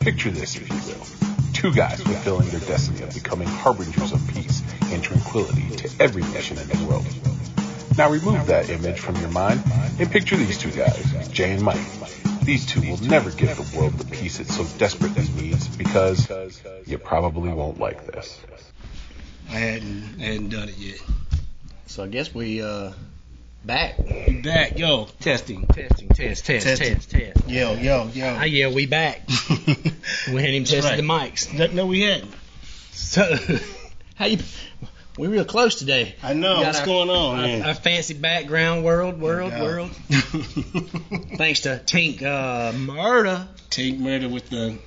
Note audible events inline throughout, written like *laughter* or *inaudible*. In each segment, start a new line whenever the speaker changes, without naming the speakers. Picture this, if you will. Two guys fulfilling their destiny of becoming harbingers of peace and tranquility to every nation in the world. Now remove that image from your mind and picture these two guys, Jay and Mike. These two will never give the world the peace it so desperately needs because you probably won't like this.
I hadn't, I hadn't done it yet.
So I guess we uh back.
We back, yo. Testing, testing, test, test,
Testing.
test, test.
Yo, yo, yo.
Ah, yeah, we back. We hadn't even tested
right.
the mics.
That- no, we hadn't.
So, *laughs* how you? We real close today.
I know.
We got
What's
our-
going on,
Our,
man?
our fancy background world, world,
Yeah.
world. Thanks to Tink uh, Murda.
Take murder with the.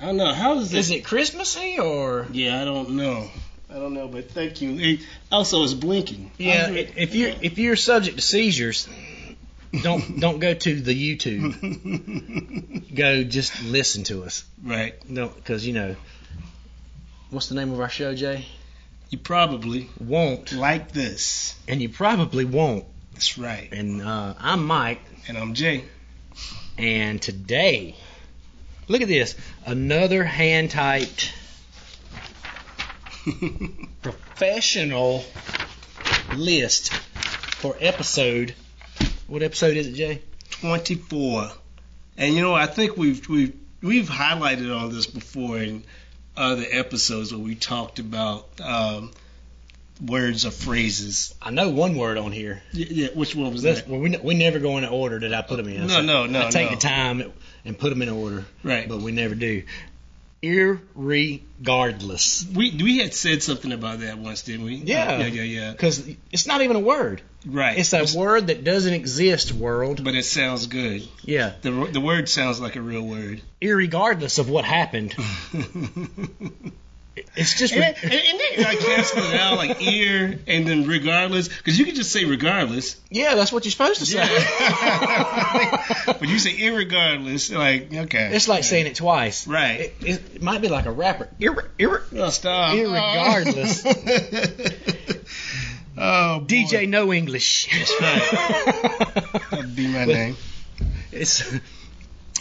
I don't know. How is this?
Is it Christmassy or?
Yeah, I don't know. I don't know, but thank you. It- also, it's blinking.
Yeah,
I was-
if you if you're subject to seizures, don't don't go to
*laughs*
the YouTube. Go just listen to us.
right.
No, because you know, what's the name of our show, Jay?
You probably
Won't,
like this.
and you probably won't.
That's right.
And uh, I'm Mike,
And I'm Jay. *laughs*
and today, look at this, another hand typed professional list for episode. What episode is it, Jay?
24. And you know, I think we've we've we've highlighted on this before in other episodes where we talked about um, words or phrases.
I know one word on here.
Yeah, yeah which one was
Let's-
that?
well, we, ne- we never go in the order that I put them in.
No, no, no,
I take
no.
the time and put them in order,
Right.
but we never do. Irregardless.
We we had said something about that once, didn't we?
Yeah.
Yeah, yeah, yeah.
because it's not even a word.
Right.
It's a word that doesn't exist. World.
but it sounds good.
Yeah.
The the word sounds like a real word.
Irregardless of what happened, it's just.
And, and, and they like cancel it out like ear and then regardless because you could just say regardless
yeah, that's what you're supposed to
*laughs*
say.
but you say irregardless like okay
*laughs* it's like saying it twice.
Right.
It, it, it might be like a rapper. Irre, irre,
Oh, stop.
Irregardless.
*laughs* oh, boy.
DJ No English. That's *laughs*
That'd be my name.
It's.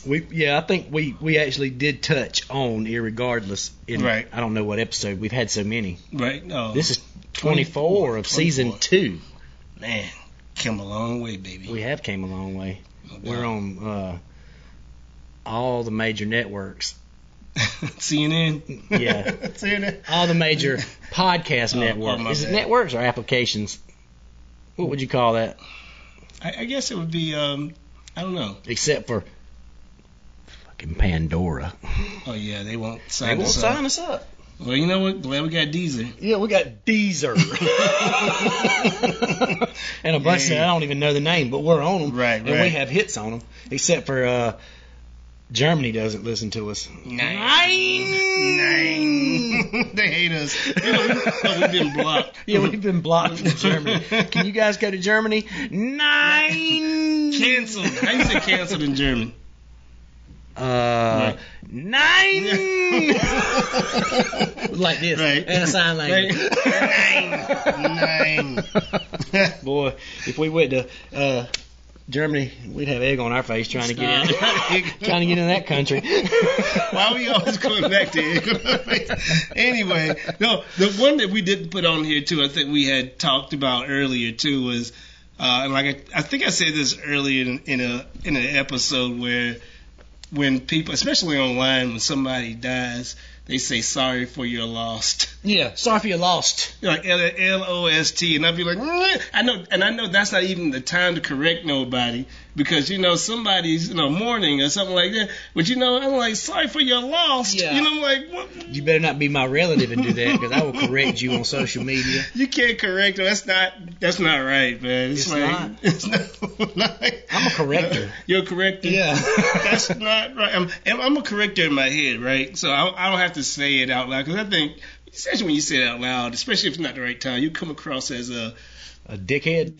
We yeah, I think we we actually did touch on irregardless. In,
Right.
I don't know what episode we've had so many.
Right? No.
This is 24, of season
24.
two.
Man, come a long way, baby.
We have came a long way.
No *laughs*
We're
doubt.
on uh, all the major networks,
CNN.
Yeah.
*laughs* CNN.
all the major
*laughs*
podcast
Oh,
networks.
oh, my
Is it
bad.
networks or applications? What would you call that?
I, I guess it would be, um, I don't know.
Except for fucking Pandora.
Oh, yeah, they won't sign
They won't
us
sign
up.
us up.
Well, you know what? Glad we got
*laughs*
Deezer. *laughs*
Yeah, we got Deezer. *laughs* and a bunch
Yay.
that I don't even know the name, but we're on them.
Right,
and we
right.
have hits on them. Except for uh, Germany doesn't listen to us.
Nine.
Nine.
they hate us. You know, we, no, we've been blocked.
*laughs* Yeah, we've been blocked from Germany. Can you guys go to Germany? Nine.
*laughs* Canceled. How you say canceled in German?
Uh, nine. *laughs* like this.
Right.
And a sign language.
Nine. Nine.
*laughs* Boy, if we went to uh, Germany, we'd have egg on our face trying to get in. *laughs* trying to get in that
*laughs*
country.
Why are we always going back to anyway, no, the one that we didn't put on here too, I think we had talked about earlier too was, uh, and like I, I think I said this earlier in, in a in an episode where when people, especially online, when somebody dies, they say sorry for your *laughs* lost.
yeah, sorry for your lost.
You're like L O S T, and I'd be like, "Mm." I know, and I know that's not even the time to correct nobody because you know somebody's you know mourning or something like that. But you know, I'm like, sorry for your loss.
Yeah.
You know, I'm like, what?
You better not be my relative and do that because I will correct you on social media.
You can't correct her. That's not that's not right, man. It's,
It's
like
not.
*laughs* it's not. *laughs* like-
I'm a corrector.
*laughs* You're a corrector.
Yeah.
*laughs* that's not right. I'm and I'm a corrector in my head, right? So I, I don't have to say it out loud because I think. Especially when you say it out loud, especially if it's not the right time, you come across as a
A dickhead.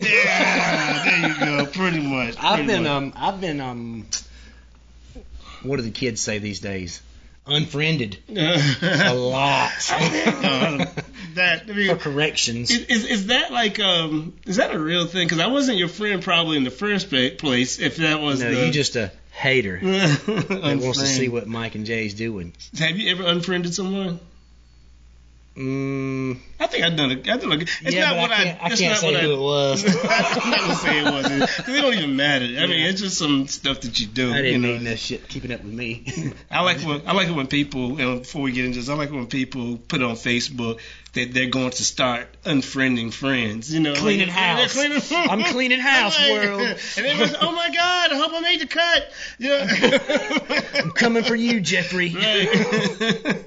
*laughs* yeah. There you go, pretty much.
I've
pretty
been
much.
um I've been um what do the kids say these days? Unfriended a lot *laughs*
Uh, *laughs* that I
for
mean,
corrections.
is, is is that like um is that a real thing? Because I wasn't your friend probably in the first pla- place. If that was *laughs*
No,
the
you just a hater that wants to
Unfriend.
see what Mike and Jay's doing.
Have you ever unfriended someone?
Mm,
I think I've done it. I done it. It's
yeah,
not
but
what
I can't, I
it's
can't
not
say
what *laughs* I,
who it was.
I'm not gonna say it wasn't. 'Cause It don't even matter. I mean,
Yeah.
it's just some stuff that you do.
I
you
didn't
know.
mean that shit keeping up
*laughs*
with me.
I like when I like it when people. And before we get into this, I like when people put on Facebook that they're going to start unfriending friends. You know,
Cleaning
Like,
house.
they're cleaning- *laughs*
I'm cleaning house,
I'm
world.
*laughs* And everyone's, oh my god, I hope I made the cut. You know?
*laughs* I'm coming for you, Jeffrey.
*laughs* Right.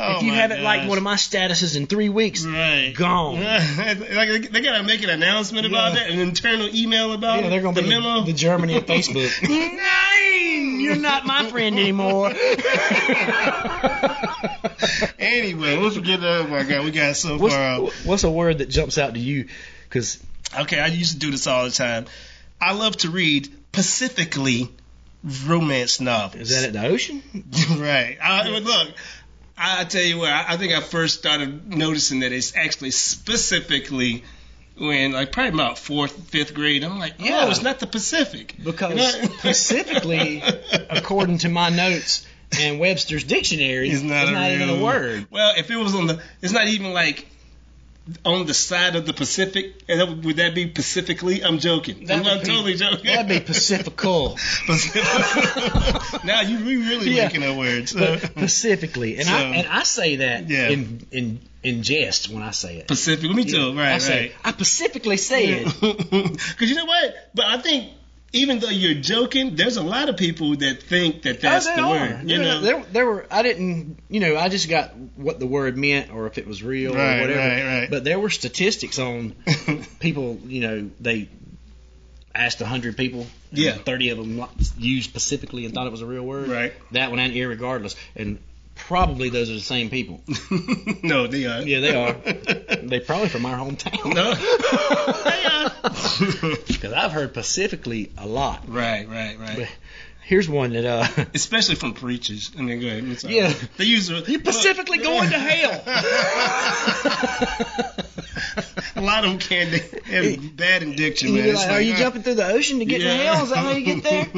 Oh
if you
my
haven't liked
gosh. Mm.
one of my statuses in three weeks,
Right. *laughs*
gone.
like they- they gotta make an announcement about
Yeah.
that, an internal email about
yeah,
it,
they're gonna
the
be
memo. *laughs*
the Germany of Facebook. Nine, *laughs* you're not my friend
*laughs*
anymore.
anyway, let's forget. Oh my god, we got so far. out.
what's, what's a word that jumps out to you? Because
Okay, I used to do this all the time. I love to read specifically romance novels.
is that at the ocean?
*laughs* right. I, but Look, I I tell you what, I I think I first started noticing that it's actually specifically when, like, probably about fourth, fifth grade. I'm like, yeah,
Yeah.
it's not the Pacific.
Because
You know? *laughs*
specifically, according to my notes and Webster's dictionary,
It's not,
it's
a
not even
real-
a word.
Well, if it was on the, it's not even like on the side of the Pacific. And that would, would that be Pacifically? I'm joking.
That
I'm, I'm
would be-
totally joking. *laughs*
That'd be Pacifical.
now you you really
Yeah.
making up words.
But specifically, and I
So-
and I say that
Yeah.
in in in jest when I say it.
*laughs* Pacific, me too.
I
Right,
say
right.
I specifically said
*laughs* Because you know what? But I think even though you're joking, there's a lot of people that think that that's
oh, they
the
are.
word. You
Yeah,
know.
there there were I didn't you know I just got what the word meant or if it was real
Right,
or whatever.
right, right.
But there were statistics on people. You know they asked hundred people.
*laughs*
and
Yeah. *laughs*
thirty of them used specifically and thought it was a real word.
Right.
That one and irregardless and. Probably those are the same people.
no, they are.
Yeah, they are. *laughs* They probably from our
*laughs*
hometown.
no. *laughs* they are.
*laughs* Because I've heard Pacifically a lot.
right, right, right.
But here's one that uh
Especially from preachers. I mean, go ahead. I'm sorry.
Yeah.
They use you
Pacifically going to hell.
*laughs* A lot of them can they have bad addiction,
And
man.
you'd be
It's
like, are you
uh,
jumping through the ocean to get to
yeah.
hell? Is that how you get
*laughs*
there?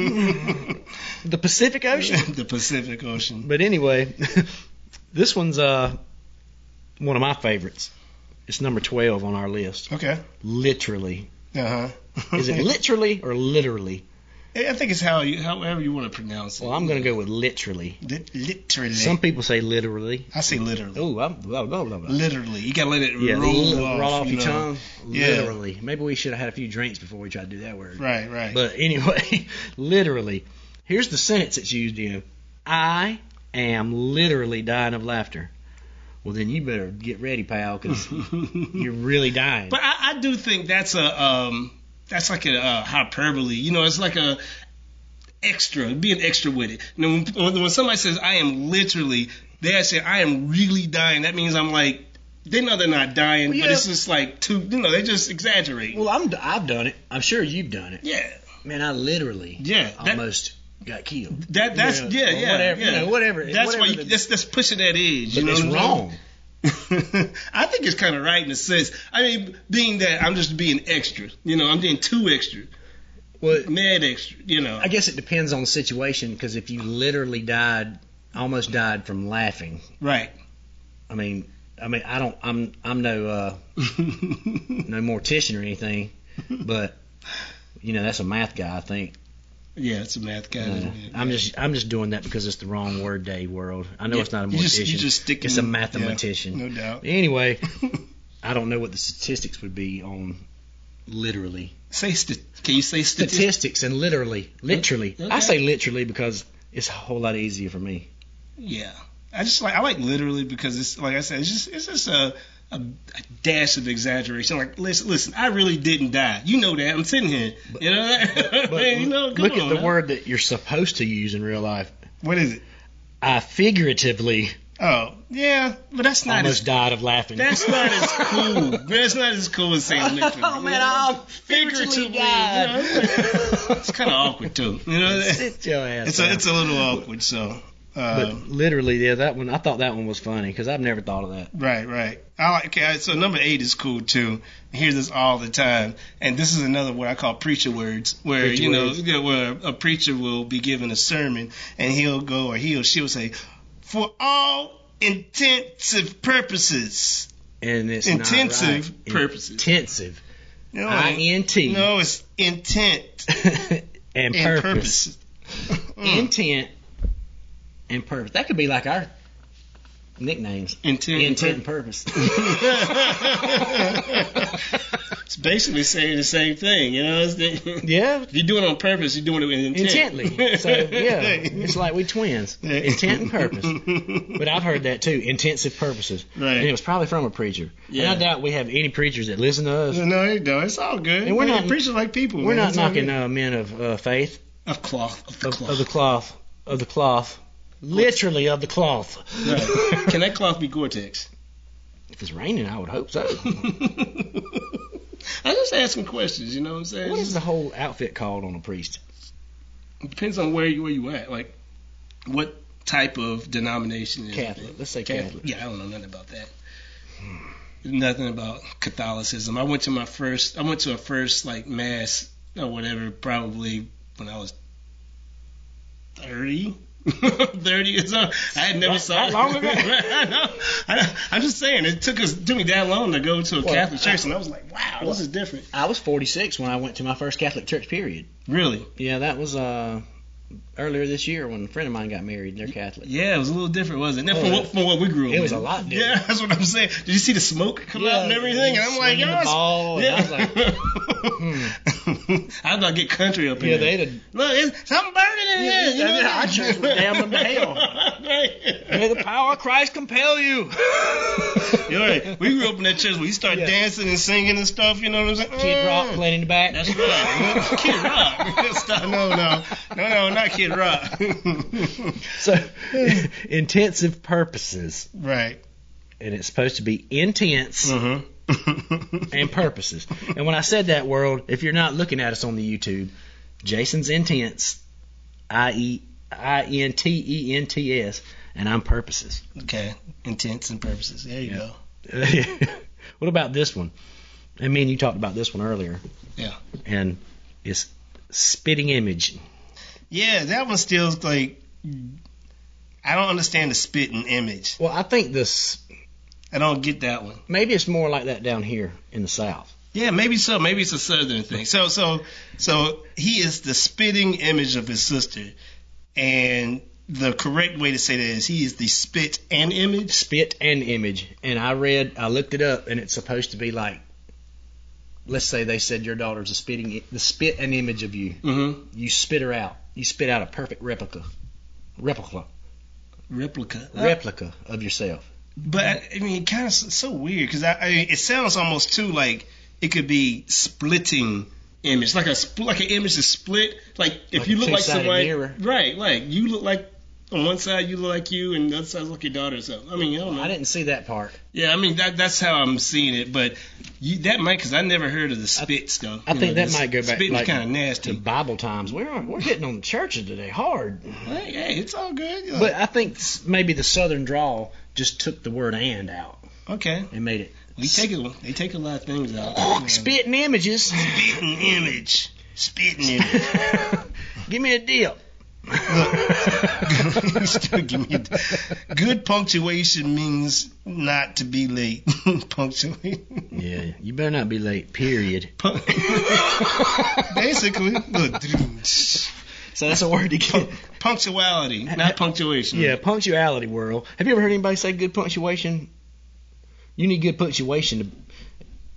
the Pacific Ocean.
the Pacific Ocean.
But anyway, *laughs* this one's uh one of my favorites. It's number twelve on our list.
Okay.
Literally.
Uh huh.
Is
*laughs*
it literally or literally?
I think it's how you, however you want to pronounce it.
Well, I'm gonna go with literally.
Li- literally.
Some people say literally.
I say literally.
Oh, I'm blah blah blah blah.
Literally. You gotta let it
Yeah,
roll,
roll,
off,
off
you
your
know.
tongue.
Yeah.
Literally. Maybe we should have had a few drinks before we tried to do that word.
Right, right. *laughs*
But anyway, *laughs* literally. Here's the sentence that's used in I am literally dying of laughter. Well, then you better get ready, pal, *laughs* because you're really dying.
But I, I do think that's a um, that's like a uh, hyperbole. You know, it's like a extra, being extra with it. You know, when, when somebody says I am literally, they actually say I am really dying. That means I'm like they know they're not dying,
Well,
but
yeah.
it's just like too. You know, they just exaggerate.
well, I'm, I've done it. I'm sure you've done it.
yeah,
Man, I literally
yeah. That,
almost got killed.
that that's yeah,
Yeah, or
yeah,
whatever,
yeah.
you know, whatever-
That's why
whatever
you,
the-
that's that's pushing that edge. you
But
know
it's
what I'm saying?
wrong.
*laughs* I think it's kind of right in a sense. I mean, being that I'm just being extra. You know, I'm being too extra,
Well,
mad extra. You know.
I guess it depends on the situation, because if you literally died, almost died from laughing,
Right.
*laughs* I mean, I mean, I don't, I'm, I'm no, uh, no mortician or anything,
*laughs*
but you know that's a math guy, I think.
yeah, it's a math guy.
Uh, I'm just I'm just doing that because it's the wrong word day world. I know it's not a
You just,
mortician.
you just stick
it's a
in- yeah,
mathematician.
no doubt.
Anyway,
*laughs*
I don't know what the statistics would be on literally
Say st- can you say statistics?
statistics and literally, literally. I
Okay.
say literally because it's a whole lot easier for me.
Yeah. I just like I like literally because it's like I said it's just it's just a a, a dash of exaggeration. Like listen, listen, I really didn't die. You know that I'm sitting here. you know, *laughs* that?
But
Man, you know come
look at
on
the
now.
word that you're supposed to use in real life.
What is it?
I figuratively
Oh yeah, but that's not
almost
as
died of laughing.
that's not as cool.
*laughs*
But that's not as cool as saying literally.
Oh, man, I'm figuratively
you know,
died.
it's kind of awkward too. You know,
*laughs* Sit your ass
it's a
down.
it's a little awkward. So
But
Uh,
literally, yeah, that one. I thought that one was funny because I've never thought of that.
right, right. I like, okay, so number eight is cool too. I hear this all the time, and this is another what I call preacher words, where
Preacher
you know,
words.
yeah, where a preacher will be giving a sermon, and he'll go or he or she will say, "For all intensive purposes."
And it's
Intensive
not right.
purposes.
*laughs* Intensive.
No,
I N T.
no, it's intent
And
and purpose.
purpose. Hmm. Intent and purpose. That could be like our nicknames.
*laughs* Intent.
Intent
*laughs*
and purpose.
it's basically saying the same thing, you know. It's *laughs* the-
yeah.
If you do it on purpose, you're doing it with intent.
Intently.
*laughs*
So yeah, it's like we twins. Intent and purpose. But I've heard that too. Intensive purposes.
Right.
And it was probably from a preacher.
Yeah.
And I doubt we have any preachers that listen to us.
no, it don't. It's all good.
And we're
Hey,
not-
preachers like people.
We're
man.
not
It's all
knocking
good.
uh, men of uh, faith
of cloth, of the
of,
cloth.
of the cloth of the cloth, literally of the cloth.
Right. Can that cloth be
*laughs*
Gore-Tex? *laughs*
If it's raining, I would hope so.
I just asking questions, you know what I'm saying?
What is the whole outfit called on a priest?
It depends on where you where you at, like what type of denomination is
Catholic. Let's say Catholic.
Yeah, I don't know nothing about that. Nothing about Catholicism. I went to my first. I went to a first like mass or whatever, probably when I was thirty. *laughs* 30 years old. I had never
That-
saw
that
*laughs*
long ago?
I know. I, I'm just saying, it took us took me that long to go to a
Well,
Catholic church, and I was like, wow, this is different.
I was 46 when I went to my first Catholic church. Period.
Really?
Yeah, that was uh, earlier this year when a friend of mine got married. They're Catholic.
Yeah, it was a little different, wasn't it?
Oh,
From,
yeah.
what, from what we grew up
It was
with.
a lot different.
Yeah, *laughs* that's what I'm saying. Did you see the smoke come out and
Yeah,
everything? And I'm like,
swinging the
yes.
ball, and I was like,
*laughs* I'm gonna get country up in here.
Yeah, they'd have-
Look, it's, something burning in
Yeah,
here. You know
yeah, our church was damn
*laughs*
to hell. May the power of Christ compel you. *laughs*
You're right. We grew up in that church where you start
Yeah.
dancing and singing and stuff. You know what I'm saying?
Kid Rock playing in the
Mm.
back.
That's
*laughs*
right. Kid Rock. *laughs* Stop- no, no, no, no, not Kid Rock. *laughs*
So, *laughs* intensive purposes,
right.
and it's supposed to be intense.
Mm. Mm-hmm. *laughs*
and purposes. And when I said that, world, if you're not looking at us on the YouTube, Jason's intense, I E I N T E N T S, and I'm purposes. *laughs*
Okay. Intents and purposes. There you
Yeah.
go.
what about this one? I mean, you talked about this one earlier.
Yeah.
And it's spitting image.
Yeah, that one still like I don't understand the spitting image.
Well, I think this
I don't get that one.
maybe it's more like that down here in the South.
Yeah, maybe so. Maybe it's a southern thing. So so so he is the spitting image of his sister, and the correct way to say that is he is the spit and image.
Spit and image. And I read, I looked it up, and it's supposed to be like. Let's say they said your daughter's a spitting, i- the spit and image of you.
Mm-hmm.
you spit her out. You spit out a perfect replica, replica,
Replica.
Uh. replica of yourself.
But I I mean, kind of so weird because I, I it sounds almost too like it could be splitting image, like a spl- like an image is split. Like if
Like
you
a
look like
two-sided
somebody,
mirror.
right? Like you look like on one side you look like you, and the other side's like your daughter or something. I mean, I don't know.
I didn't see that part.
yeah, I mean that that's how I'm seeing it. But you, that might because I never heard of the spit stuff.
I
You
think
know,
that
this
might go back
Spitting's
like,
kind of
to
nasty.
Bible times. We're we're hitting on the churches today hard.
Hey, hey, it's all good. You're
But I think s- maybe the Southern drawl just took the word "and" out
like, okay,
and made it
we take it. They take a lot of things out.
spitting *laughs* images.
spitting image, spitting image.
*laughs* Give me
*laughs*
a deal.
Still give me a- Good punctuation means not to be late. *laughs* Punctuate.
Yeah, you better not be late. Period.
*laughs* Pun- Basically, look, *laughs*
So that's a word to get.
punctuality, not punctuation.
Yeah, punctuality world. Have you ever heard anybody say good punctuation? You need good punctuation to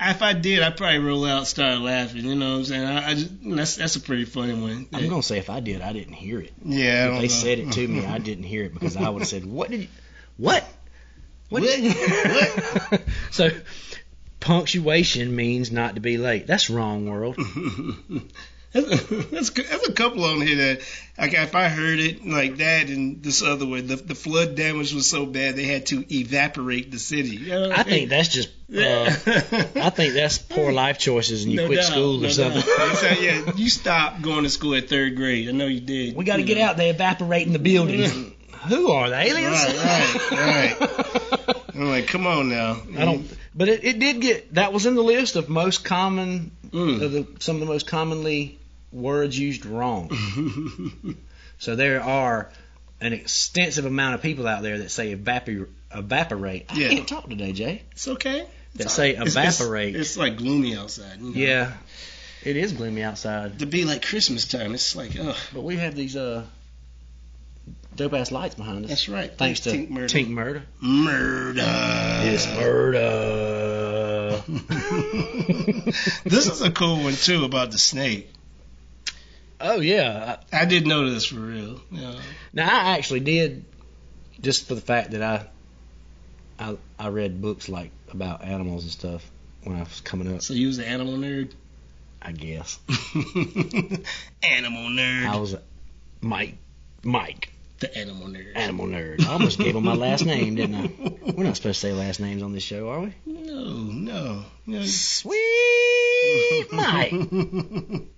If I did, I'd probably roll out, start laughing. You know what I'm saying? I, I just, that's that's a pretty funny one.
I'm gonna say if I did, I didn't hear it.
yeah, I don't
They
know.
said it to
*laughs*
me, I didn't hear it because I would have said, "What did you? What? What?"
What?
*laughs* so, punctuation means not to be late. That's wrong, world.
That's *laughs* that's that's a couple on here that like if I heard it like that and this other one the, the flood damage was so bad they had to evaporate the city. You know what
I think that's just. Uh,
*laughs*
I think that's poor life choices, and you
No
quit
doubt,
school or
no
something.
*laughs* doubt. They say, yeah, you stopped going to school at third grade. I know you did.
We got to
You
get
know.
out. They evaporate in the building. *laughs* who are the aliens?
Right, right, I'm like, come on now.
*laughs* I don't. But it, it did get that was in the list of most common of
Mm.
the, some of the most commonly words used wrong. So there are an extensive amount of people out there that say evapor- evaporate. I
Yeah.
can't talk today, Jay.
*laughs* it's okay.
That say
It's- it's-
evaporate.
It's, like gloomy outside. You know?
yeah, it is gloomy outside,
To be like Christmas time, it's like, oh,
but we have these uh, dope ass lights behind us.
that's right.
Thanks to
Tink Murder.
Tink Murder.
Murder.
murder.
*laughs* this is a cool one too about the snake.
Oh yeah.
I did know this for real. Yeah.
Now I actually did, just for the fact that I, I, I read books like about animals and stuff when I was coming up.
So you was an animal nerd.
I guess
*laughs* animal nerd.
I was a Mike, Mike,
the animal nerd.
animal nerd. I almost gave him my last name, didn't I? We're not supposed to say last names on this show, are we?
*laughs* No, no, no.
Sweet
*laughs*
Mike,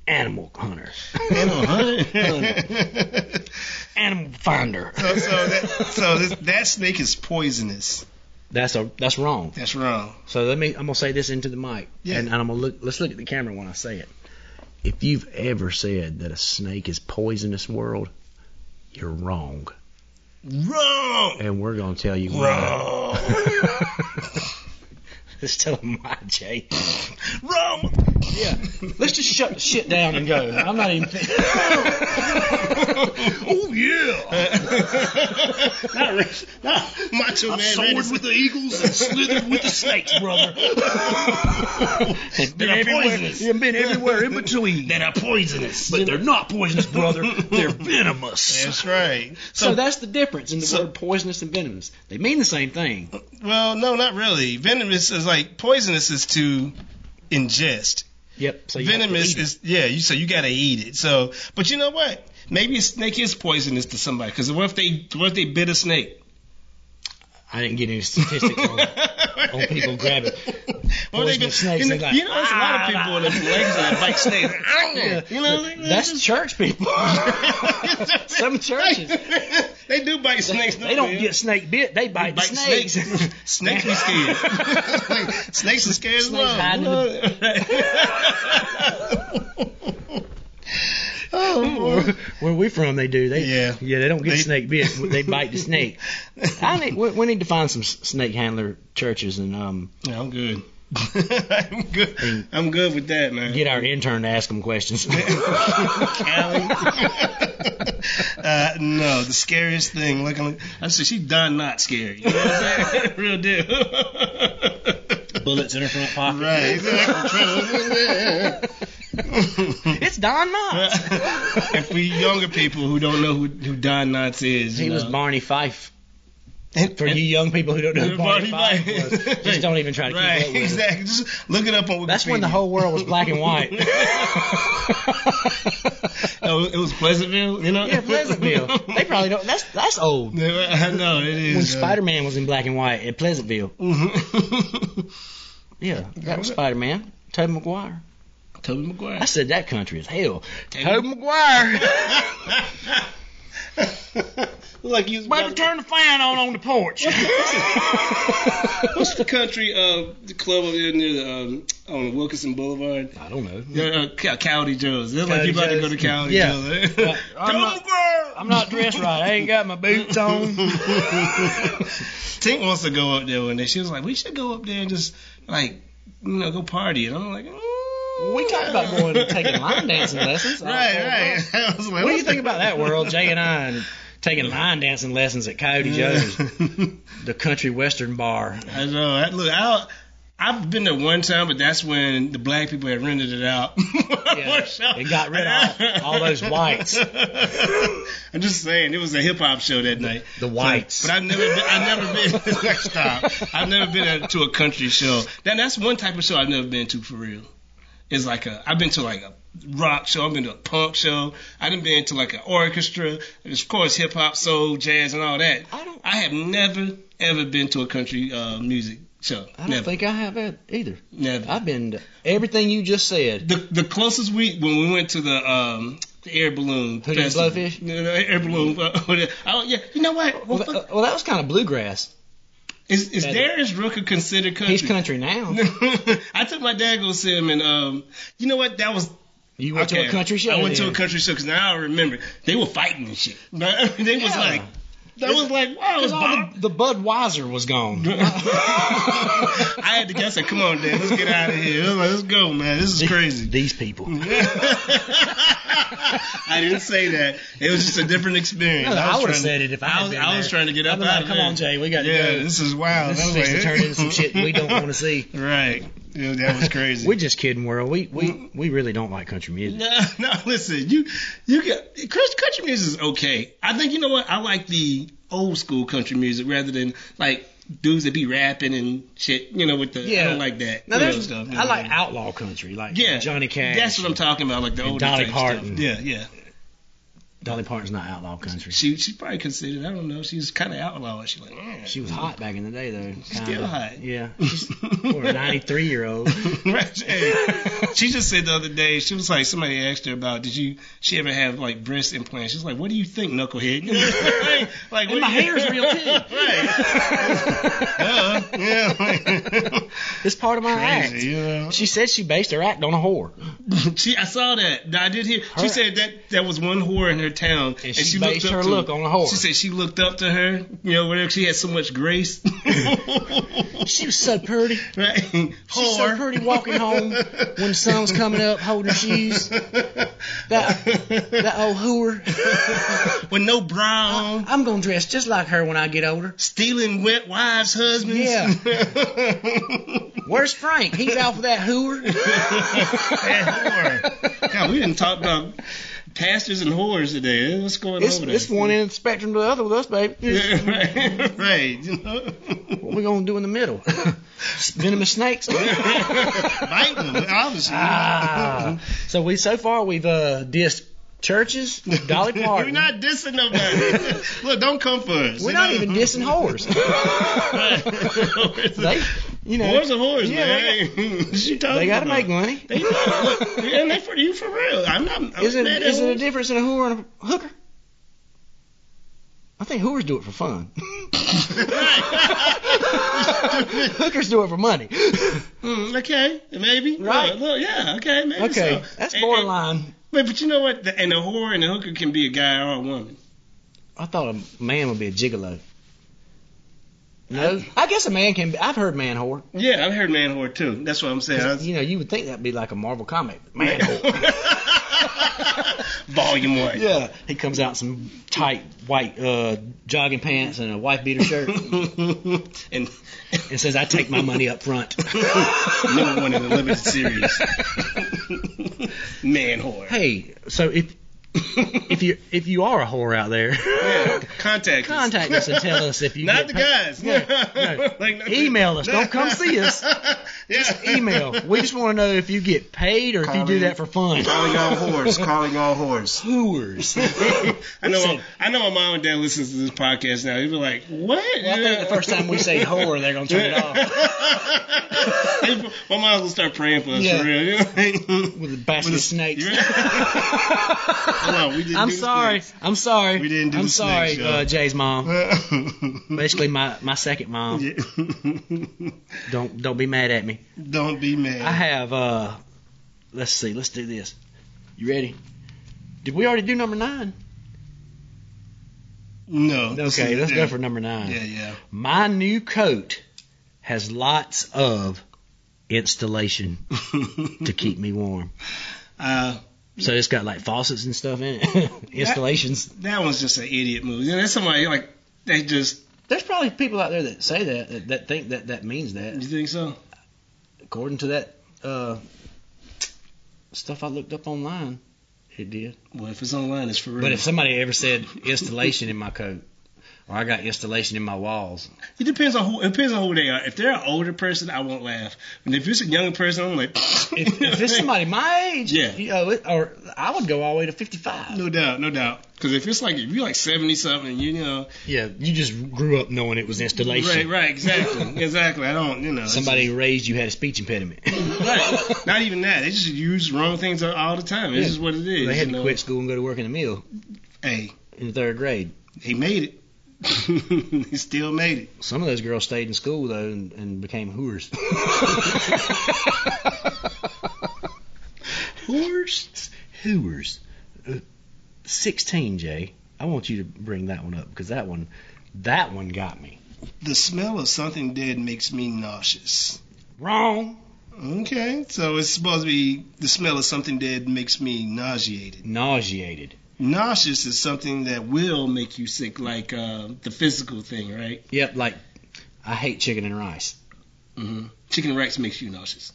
animal hunter,
Animal
*laughs* Hunter.
hunter.
animal finder.
so so, that, so this, that snake is poisonous.
that's a that's wrong.
That's wrong.
So let me. I'm gonna say this into the mic,
Yeah.
and, and I'm gonna look. Let's look at the camera when I say it. If you've ever said that a snake is poisonous world, you're wrong,
Wrong.
and we're gonna tell you why. *laughs*
Wrong.
Let's tell them why, Jay.
wrong.
Yeah. Let's just shut the shit down and go. I'm not even.
oh yeah. not, re- not macho man.
soared with
the eagles and
slithered with the snakes, brother.
That are poisonous.
been everywhere in between.
That are poisonous.
not poisonous, brother.
They're
venomous.
*laughs* That's right.
So, that's the difference in the
so-
word poisonous and venomous. They mean the same thing.
Well, no, not really. Venomous is like poisonous is to ingest.
Yep. So you have to
Venomous
eat it.
is yeah. You so you gotta eat it. So, but you know what? Maybe a snake is poisonous to somebody. Because what if they what if they bit a
*laughs*
snake?
I didn't get any statistics on
*laughs*
it. on people grabbing
they
poisonous
been,
snakes
You know,
and like,
you know there's a lot of people in
*laughs*
the legs that bite snakes.
Yeah.
You know, they- they
That's
just-
church people.
*laughs*
*laughs* Some churches.
they do bite snakes.
They don't
they?
get snake bit. They bite, the
bite
snakes. *laughs*
snakes. Snakes be scared. snakes are scared as
Snakes
well.
hiding in
*laughs* oh, boy.
Where we from, they do. They
Yeah.
yeah. They don't get
They-
snake bit. They bite
*laughs*
the snake. I need, we, we need to find some s- snake handler churches and um
Yeah, I'm good. *laughs* I'm good. I'm good with that, man.
get our intern to ask
*laughs*
them questions.
Allie. *laughs*
*laughs*
uh, no, the scariest thing. Like, I'm like I said, she done not scary. You know what I'm saying? *laughs* Real deal.
Bullets in her front pocket.
Right. *laughs*
It's Don Knotts.
if we younger people who don't know who, who Don Knotts is,
He
you
was
know.
Barney Fife.
And-
For you young people who don't know who Barney,
Barney
Fife was,
Fife.
just don't even try to keep
right,
up with it.
exactly. Just look it up on Wikipedia.
That's when the whole world was black and white.
*laughs* Oh, it was Pleasantville, you know.
*laughs* yeah, Pleasantville. They
*laughs*
probably don't. That's that's old.
I know it is.
When
uh, *laughs*
Spider Man was in black and white at Pleasantville.
Mhm.
Yeah, that was Spider Man. Tobey Maguire.
Tobey Maguire.
I said that country is hell.
*laughs*
Tobey *laughs* Maguire.
like you was
Better
about to-
turn the fan on on the porch.
What's the country? Uh, the club over there near the um, on Wilkinson Boulevard.
I don't know.
Yeah, uh, County Joe's. It's like
County
you about to go
Joe's.
to County
Yeah.
Joe's. *laughs*
Yeah. I'm
Tobey
not-
Maguire!
I'm not dressed right. I ain't got my
*laughs*
boots *laughs* on.
Tink wants to go up there one day. She was like, "We should go up there and just like, you know, go party." And I'm like, mm.
We talked about going and taking line dancing
*laughs*
lessons. Oh,
Right, right. *laughs* I was like,
What do you think about that world? Jay and I and taking line dancing lessons at
*laughs*
Coyote Joe's, the country western bar.
I know. I, look, I, I've been there one time, but that's when the black people had rented it out. *laughs*
they got rid of all- all those whites.
*laughs* I'm just saying, it was a hip hop show that night.
The whites.
But I've never, been, I've never been. *laughs*
*laughs*
stop. I've never been to a country show. That that's one type of show I've never been to for real. It's like a. I've been to like a rock show. I've been to a punk show. I've been, been to like an orchestra. And of course, hip hop, soul, jazz, and all that.
I don't-
I have never ever been to a country uh, music show.
I don't
Never.
think I have that either.
Never.
I've been to everything you just said.
the the closest we when we went to the um the air balloon
Hooded and
festival.
Blowfish?
No, no, air balloon. uh, *laughs* hooded- Oh yeah, you know what? Well,
Well, uh, that,
fuck,
well, that was kind of bluegrass.
is is Darius Rucker considered country?
He's country now.
*laughs* I took my dad to go see him, and um, you know what? That was
You went to
okay.
a country show.
I went to
then.
a country show because now I remember they were fighting and shit. *laughs* But they was
Yeah.
like, that was like, wow, it was
Because all
Bob.
the, the Budweiser was gone.
I had to guess like, come on, Dad, let's get out of here. I was like, let's go, man. This
*laughs*
is crazy.
These people. No,
I didn't say that. It was just a different experience. was
I would have
trying to-
said it if I
I
had
was,
been
I was
there.
trying to get
I'd
up
be like,
out of
Come
there.
on, Jay, we got to
Yeah,
go.
this is wild.
This
I'm
is
like-
fixing to turn
*laughs*
into some shit we don't want to see.
Right. Yeah, that was crazy.
We're just kidding, world. We we we really don't like country music.
No, *laughs* no. Listen, you, you get cous- country music is okay. I think you know what I like the old school country music rather than like dudes that be rapping and shit. You know, with the I
Yeah.
don't like that.
Now
you know,
there's,
stuff, you know
I
what
like
mean?
outlaw country, like
yeah
Johnny Cash.
That's what I'm talking about, like the old
Dolly Parton.
Stuff. Yeah, yeah.
Dolly Parton's not outlaw country. She,
She she's probably considered. I don't know. She's kind of outlaw. She like mm.
was hot back in the day, though. She's
still hot.
Yeah, *laughs* she's for
*laughs*
a 93 year old.
Right. Hey, she just said the other day, she was like, somebody asked her about, did you, she ever have like breast implants? She's like, what do you think, knucklehead? *laughs* You know, like, like
And my hair is
*laughs*
real too.
Uh, yeah, like,
It's part of my act.
crazy, you know.
She said she based her act on a whore.
She, I saw that. I did hear.
Her-
She said that that was one whore in her town, and,
she based
up
her
to-
look on a whore.
She said she looked up to her. You know, whatever. She had so much grace. *laughs*
She was so pretty.
Right?
She's so pretty walking home when the sun's coming up, holding her shoes. That that old whore.
With no bra on,
I'm gonna dress just like her when I get older.
stealing wet wives' husbands. *laughs*
Yeah. Where's Frank? He's out with that whore.
That whore. God, we didn't talk about pastors and whores today. What's going
It's,
on over there? *laughs*
it's one end of the spectrum to the other with us, babe.
Yeah, right, right. You know,
What we gonna do in the middle? Venomous snakes.
biting them, obviously.
ah. So we so far we've uh, dissed
*laughs*
churches, Dolly Parton.
We're not dissing
*laughs*
nobody. Look, don't come for us.
We're
you
not
know? *laughs*
even dissing whores.
Right. Whores are- *laughs*
they, you know,
whores are whores,
Yeah,
man. *laughs* What you talking
they got to
about?
make money.
They know. Look, and they for you for real. I'm not. I'm
Is it
mad at
is it a
whores.
difference in a whore and a hooker? I think hookers do it
*laughs*
for fun. *laughs* hookers do it
*laughs*
for money.
Mm, okay, maybe.
Right.
Look, look, yeah. Okay. Maybe so.
Okay, that's
And-
borderline.
And, but, but you know what? The, and a whore and a hooker can be a guy or a woman.
I thought a man would be a gigolo. No, I guess a man can. be. I've heard man whore.
Yeah, I've heard man whore too. That's what I'm saying. I was-
You know, you would think that'd be like a Marvel comic. Man whore.
Volume one.
Yeah, he comes out in some tight white uh, jogging pants and a wife
*laughs*
beater shirt
*laughs* and
and says, "I take my money up front."
number one in the limited series. man whore.
hey, so if if you if you are a whore out there,
Yeah, contact us.
contact us and tell us if you
Not
get
the
paid.
guys. *laughs*
no.
Like, not-
Email us. Don't come see us.
*laughs* Yeah.
Email. We just want to know if you get paid or if you do
Colleen.
that for fun.
Calling all whores. Calling all whores.
*laughs* Whores.
*laughs* I know. I know. My mom and dad listens to this podcast now. They'd be like, "What?"
I think the first
*laughs*
time we say whore, they're gonna turn it off.
*laughs* They- my mom will start praying for us
Yeah.
for *laughs* real.
With a basket of snakes.
*laughs* Hold on, we didn't
I'm
do the
sorry.
snakes.
I'm sorry.
We didn't do
I'm
the
sorry,
snakes, y'all.
uh, Jay's mom.
*laughs*
Basically, my, my second mom.
Yeah.
Don't don't be mad at me.
Don't be mad.
I have. uh Let's see. Let's do this. You ready? Did we already do number nine?
no.
Okay, let's go for number nine.
Yeah, yeah.
My new coat has lots of *laughs* installation to keep me warm.
uh,
So it's got like faucets and stuff in it. *laughs* Installations.
that one's just an idiot move. You know, that's somebody like they just.
There's probably people out there that say that that, that think that that means
You
that.
think so?
According to that uh, stuff I looked up online, it did.
Well, if it's online, it's for real.
But if somebody ever said installation in my coat, or I got installation in my walls.
It depends on who. It depends on who they are. If they're an older person, I won't laugh. And if it's a younger person, I'm like,
If,
*laughs*
if it's somebody my age,
Yeah.
you know, it, or I would go all the way to 55.
no doubt, no doubt. Because if it's like if you're like seventy something, you know,
Yeah, you just grew up knowing it was
right,
installation.
right,
*laughs*
exactly, exactly. I don't, you know, it's
Somebody raised you had a speech impediment.
just- right. *laughs* Not even that. They just use wrong things all the time. It's
Yeah.
just what it is.
They had
you
to
know?
quit school and go to work in the mill
Hey,
in third grade.
he made it. *laughs* he still made it.
Some of those girls stayed in school though and, and became whores. *laughs* whores, whores. Uh, Sixteen, Jay. I want you to bring that one up because that one, that one got me
The smell of something dead makes me nauseous.
wrong.
Okay, so it's supposed to be the smell of something dead makes me nauseated.
Nauseated.
nauseous is something that will make you sick, like uh, the physical thing, right?
Yep, like I hate chicken and rice.
Mm-hmm. Chicken rice makes you nauseous.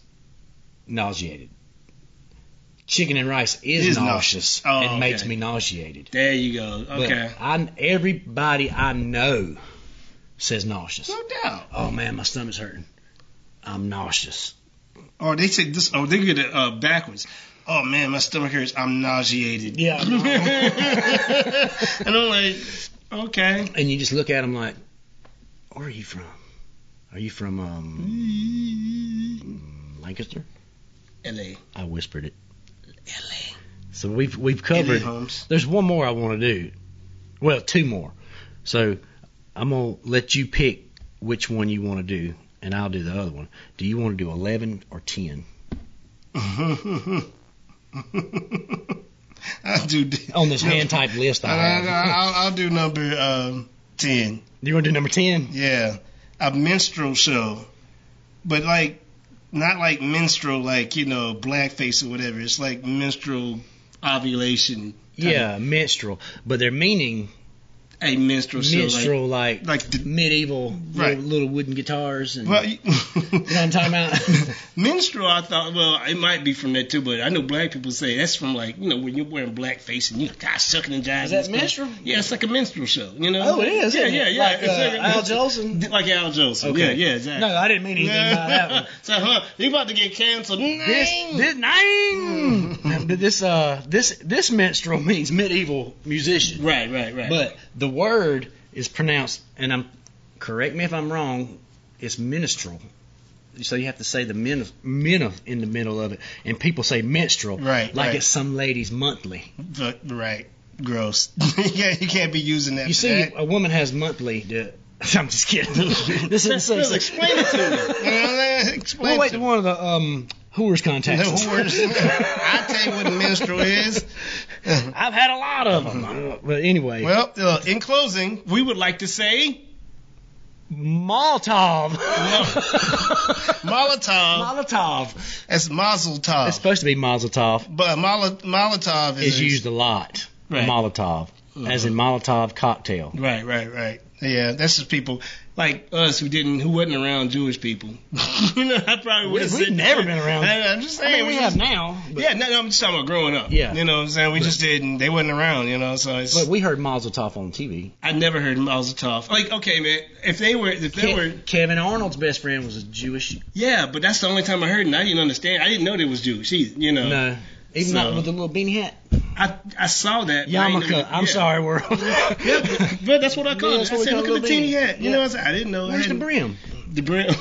Nauseated. Chicken and rice is,
Is nauseous.
nauseous.
Oh,
it
okay.
makes me nauseated.
There you go. Okay.
But I, everybody I know says nauseous.
No doubt.
Oh man, my stomach's hurting. I'm nauseous.
Or they take this. Oh, they get it uh, backwards. Oh man, my stomach hurts. I'm nauseated.
Yeah.
and I'm like, okay.
And you just look at them like, where are you from? Are you from um, mm, Lancaster?
L.A.
I whispered it.
L.A.
So we've we've
L.A.
covered.
Holmes. *laughs*
There's one more I want to do. Well, two more. So I'm gonna let you pick which one you want to do, and I'll do the other one. Do you want to do 11 or 10?
I'll do the-
On this hand type list, I
*laughs* I- I-
have.
I'll, I'll do number um, ten.
Do you want to do number 10?
Yeah, a minstrel show, but like not like minstrel, like you know blackface or whatever. It's like minstrel ovulation,
Yeah, minstrel. But they're meaning
a minstrel show,
minstrel like,
like like the,
medieval
Right.
little, little wooden guitars and
*laughs* well,
you know what
*laughs*
I'm talking about? *laughs*
minstrel. I thought, well, it might be from that too, but I know black people say that's from like you know when you're wearing blackface and you're God sucking and jiving.
Is that
and stuff.
minstrel?
Yeah, it's like a minstrel show. You know?
Oh, it is,
Yeah,
isn't it?
yeah, yeah.
Like,
It's a-
uh, Al Jolson?
Like Al Jolson.
Okay.
Yeah, yeah, exactly.
No, I didn't mean anything by
*laughs*
that one.
so huh, you about to get canceled.
This,
Nang. *laughs*
this, name, this, uh, this, this minstrel *laughs* means medieval musician,
Right, right, right.
but the word is pronounced, and I'm correct me if I'm wrong, it's minstrel. So you have to say the min, min of- in the middle of it, and people say minstrel,
Right,
Like
right.
it's some ladies' monthly.
But- right, gross. *laughs* yeah, you can't be using that.
You
for
see,
that.
a woman has
*laughs*
monthly. To, I'm just kidding. *laughs* this is so,
Just explain it to *laughs* me. You know what I'm saying?
*laughs* Well,
Explain
wait,
it to
to
me. *laughs*
one of the um, whores
The
contacts.
whores. I tell you what a minstrel is.
*laughs* I've had a lot of
*laughs*
them. But anyway,
Well, uh, in closing, we would like to say *laughs*
Molotov. *laughs*
Molotov.
Molotov.
That's Mazel Tov.
It's supposed to be Mazel Tov.
but Mol- Molotov is,
Is used a lot.
Right. Uh-huh.
Molotov, as in Molotov cocktail.
Right, right, right. Yeah, that's just people like us who didn't, who wasn't around Jewish people. *laughs* you know, I probably would
We,
have
have never been around.
I, am just
I
saying,
mean, we
we
have
just-
now. But,
Yeah, no, no, I'm just talking about growing up.
Yeah.
You know what I'm saying? We just didn't, they wasn't around, you know, so it's.
but we heard Mazel Tov on TV.
I never heard Mazel Tov. Like, okay, man, if they were, if they
Ke-
were,
Kevin Arnold's best friend was a Jewish.
yeah, but that's the only time I heard, it, and I didn't understand. I didn't know they was Jewish either. You know,
No. Even
So-
not with the little beanie hat.
I I saw that but I didn't know-
Yarmulke. I'm
yeah.
sorry, world.
*laughs* Yeah, but, but that's what I called
Yeah,
it. I
that's what we
said,
call
look at
it,
the
little
teeny
beanie.
hat. You
Yeah.
know, I, said, I didn't know. I
Where's the
hadn't- *laughs*
brim?
The brim.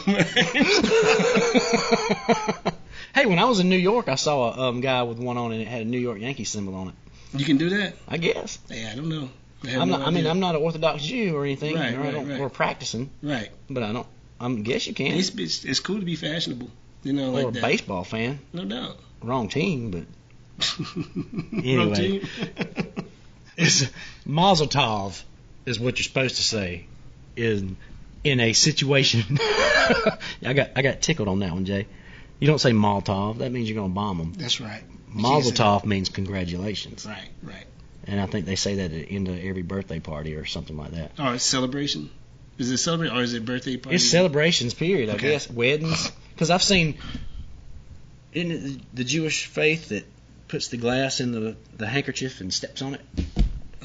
hey, when I was in New York, I saw a um, guy with one on and it had a New York Yankee symbol on it.
*laughs* you can do that?
I guess.
Yeah, I don't know. I, have
I'm
no
not, I mean,
idea.
I'm not an Orthodox Jew or anything.
Right,
or I
right,
don't,
right.
We're practicing,
right.
but I don't. I guess you can.
It's, it's it's cool to be fashionable. You know,
or
like
a
that.
baseball fan.
No doubt. *laughs*
Wrong team, but
Wrong
*laughs*
team.
it's Mazel Tov is what you're supposed to say in in a situation. *laughs* I got I got tickled on that one, Jay. You don't say Molotov. That means you're gonna bomb them.
That's right.
Mazel
Jesus.
Tov means congratulations,
Right, right.
and I think they say that at the end of every birthday party or something like that.
All right, Oh, celebration. Is it celebration or is it birthday party?
It's celebrations, period. I
Okay.
guess weddings, because I've seen in the, the Jewish faith that puts the glass in the the handkerchief and steps on it,
I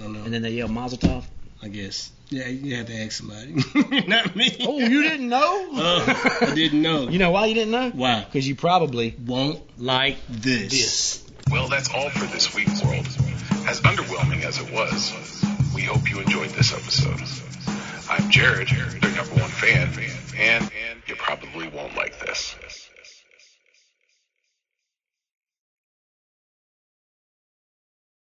don't know.
and then they yell Mazel Tov.
I guess. Yeah, you have to ask somebody. *laughs* Not me.
Oh, you didn't know?
Oh, I didn't know.
*laughs* You know why you didn't know?
Why?
Because you probably
Won't
like
this.
this.
Well, that's all for this week, world. As underwhelming as it was, we hope you enjoyed this episode. I'm Jared, their number one fan, and